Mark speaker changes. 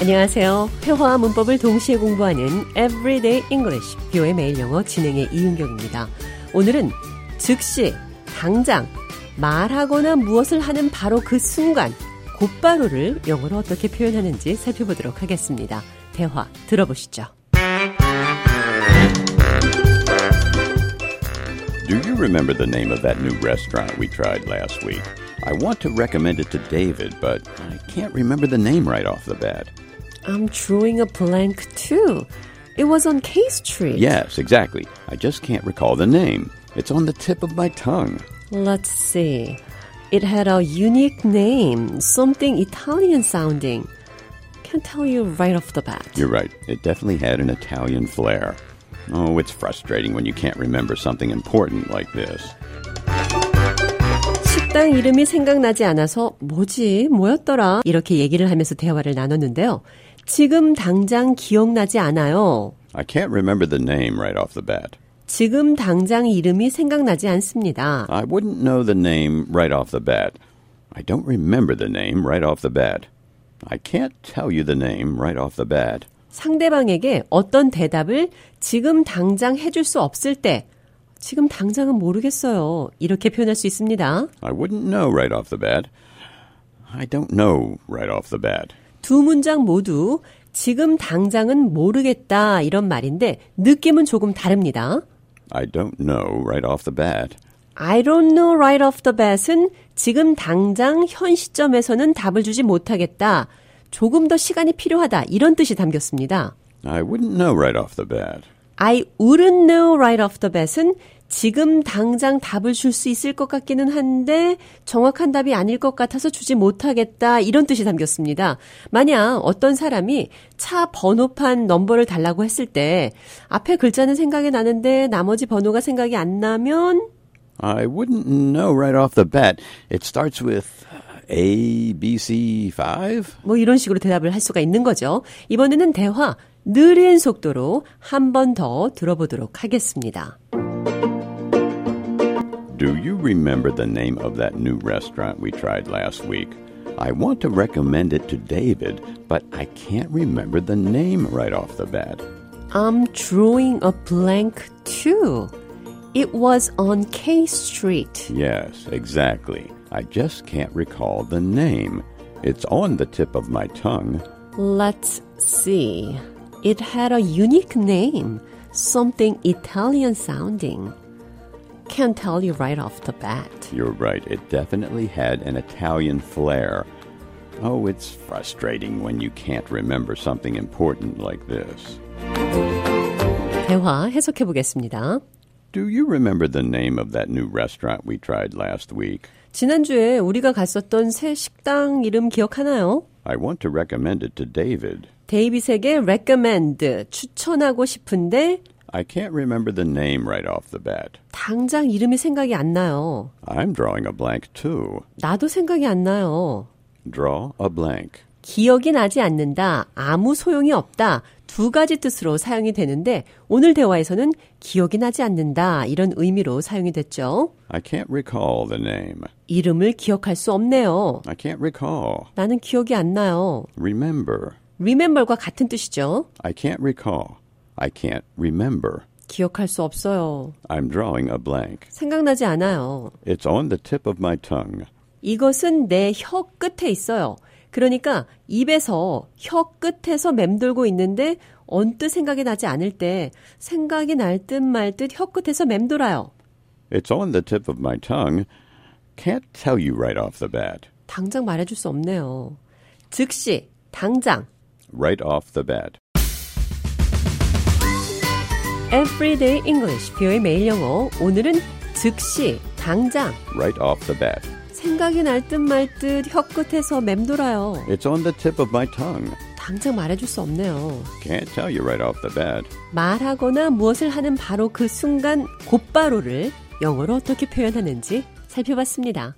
Speaker 1: 안녕하세요. 회화와 문법을 동시에 공부하는 Everyday English, 뷰의 매일 영어 진행의 이은경입니다. 오늘은 즉시, 당장, 말하거나 무엇을 하는 바로 그 순간, 곧바로를 영어로 어떻게 표현하는지 살펴보도록 하겠습니다. 대화 들어보시죠.
Speaker 2: Do you remember the name of that new restaurant we tried last week? I want to recommend it to David, but I can't remember the name right off the bat.
Speaker 1: I'm drawing a blank too. It was on K Street.
Speaker 2: Yes, exactly. I just can't recall the name. It's on the tip of my tongue.
Speaker 1: Let's see. It had a unique name, something Italian sounding. Can't tell you right off the bat.
Speaker 2: You're right, it definitely had an Italian flair. Oh, it's frustrating when you can't remember something important like this.
Speaker 1: 식당 이름이 생각나지 않아서 뭐지, 뭐였더라 이렇게 얘기를 하면서 대화를 나눴는데요. 지금 당장 기억나지 않아요.
Speaker 2: I can't remember the name right off the bat.
Speaker 1: 지금 당장 이름이 생각나지 않습니다.
Speaker 2: I wouldn't know the name right off the bat. I don't remember the name right off the bat. I can't tell you the name right off the bat.
Speaker 1: 상대방에게 어떤 대답을 지금 당장 해줄 수 없을 때 지금 당장은 모르겠어요. 이렇게 표현할 수 있습니다.
Speaker 2: I wouldn't know right off the bat. I don't know right off the bat.
Speaker 1: 두 문장 모두 지금 당장은 모르겠다 이런 말인데 느낌은 조금 다릅니다.
Speaker 2: I don't know right off the bat.
Speaker 1: I don't know right off the bat은 지금 당장 현 시점에서는 답을 주지 못하겠다. 조금 더 시간이 필요하다. 이런 뜻이 담겼습니다.
Speaker 2: I wouldn't know right off the bat.
Speaker 1: I wouldn't know right off the bat은 지금 당장 답을 줄 수 있을 것 같기는 한데 정확한 답이 아닐 것 같아서 주지 못하겠다 이런 뜻이 담겼습니다. 만약 어떤 사람이 차 번호판 넘버를 달라고 했을 때 앞에 글자는 생각이 나는데 나머지 번호가 생각이 안 나면
Speaker 2: I wouldn't know right off the bat. It starts with A, B, C, 5?
Speaker 1: 뭐 이런 식으로 대답을 할 수가 있는 거죠. 이번에는 대화 느린 속도로 한 번 더 들어보도록 하겠습니다.
Speaker 2: Do you remember the name of that new restaurant we tried last week? I want to recommend it to David, but I can't remember the name right off the bat.
Speaker 1: I'm drawing a blank too. It was on K Street.
Speaker 2: Yes, exactly. I just can't recall the name. It's on the tip of my tongue.
Speaker 1: Let's see. It had a unique name, something Italian sounding. Can't tell you right off the bat.
Speaker 2: You're right, it definitely had an Italian flair. Oh, it's frustrating when you can't remember something important like this.
Speaker 1: 대화 해석해 보겠습니다.
Speaker 2: Do you remember the name of that new restaurant we tried last week?
Speaker 1: 지난주에 우리가 갔었던 새 식당 이름 기억하나요?
Speaker 2: I want to recommend it to David.
Speaker 1: 데이빗에게 recommend, 추천하고 싶은데
Speaker 2: I can't remember the name right off the bat.
Speaker 1: 당장 이름이 생각이 안 나요.
Speaker 2: I'm drawing a blank too.
Speaker 1: 나도 생각이 안 나요.
Speaker 2: Draw a blank.
Speaker 1: 기억이 나지 않는다, 아무 소용이 없다 두 가지 뜻으로 사용이 되는데 오늘 대화에서는 기억이 나지 않는다 이런 의미로 사용이 됐죠.
Speaker 2: I can't recall the name.
Speaker 1: 이름을 기억할 수 없네요.
Speaker 2: I can't recall.
Speaker 1: 나는 기억이 안 나요.
Speaker 2: Remember.
Speaker 1: remember과 같은 뜻이죠.
Speaker 2: I can't recall. I can't remember.
Speaker 1: 기억할 수 없어요.
Speaker 2: I'm drawing a blank.
Speaker 1: 생각나지 않아요.
Speaker 2: It's on the tip of my tongue.
Speaker 1: 이것은 내 혀 끝에 있어요. 그러니까 입에서 혀 끝에서 맴돌고 있는데 언뜻 생각이 나지 않을 때 생각이 날 듯 말 듯 혀 끝에서 맴돌아요.
Speaker 2: It's on the tip of my tongue. Can't tell you right off the bat.
Speaker 1: 당장 말해줄 수 없네요. 즉시 당장
Speaker 2: Right off the bat.
Speaker 1: Everyday English 뷰의 매일 영어 오늘은 즉시 당장
Speaker 2: Right off the bat.
Speaker 1: 생각이 날 듯 말 듯 혀 끝에서 맴돌아요.
Speaker 2: It's on the tip of my tongue.
Speaker 1: 당장 말해줄 수 없네요.
Speaker 2: Can't tell you right off the bat.
Speaker 1: 말하거나 무엇을 하는 바로 그 순간 곧바로를 영어로 어떻게 표현하는지 살펴봤습니다.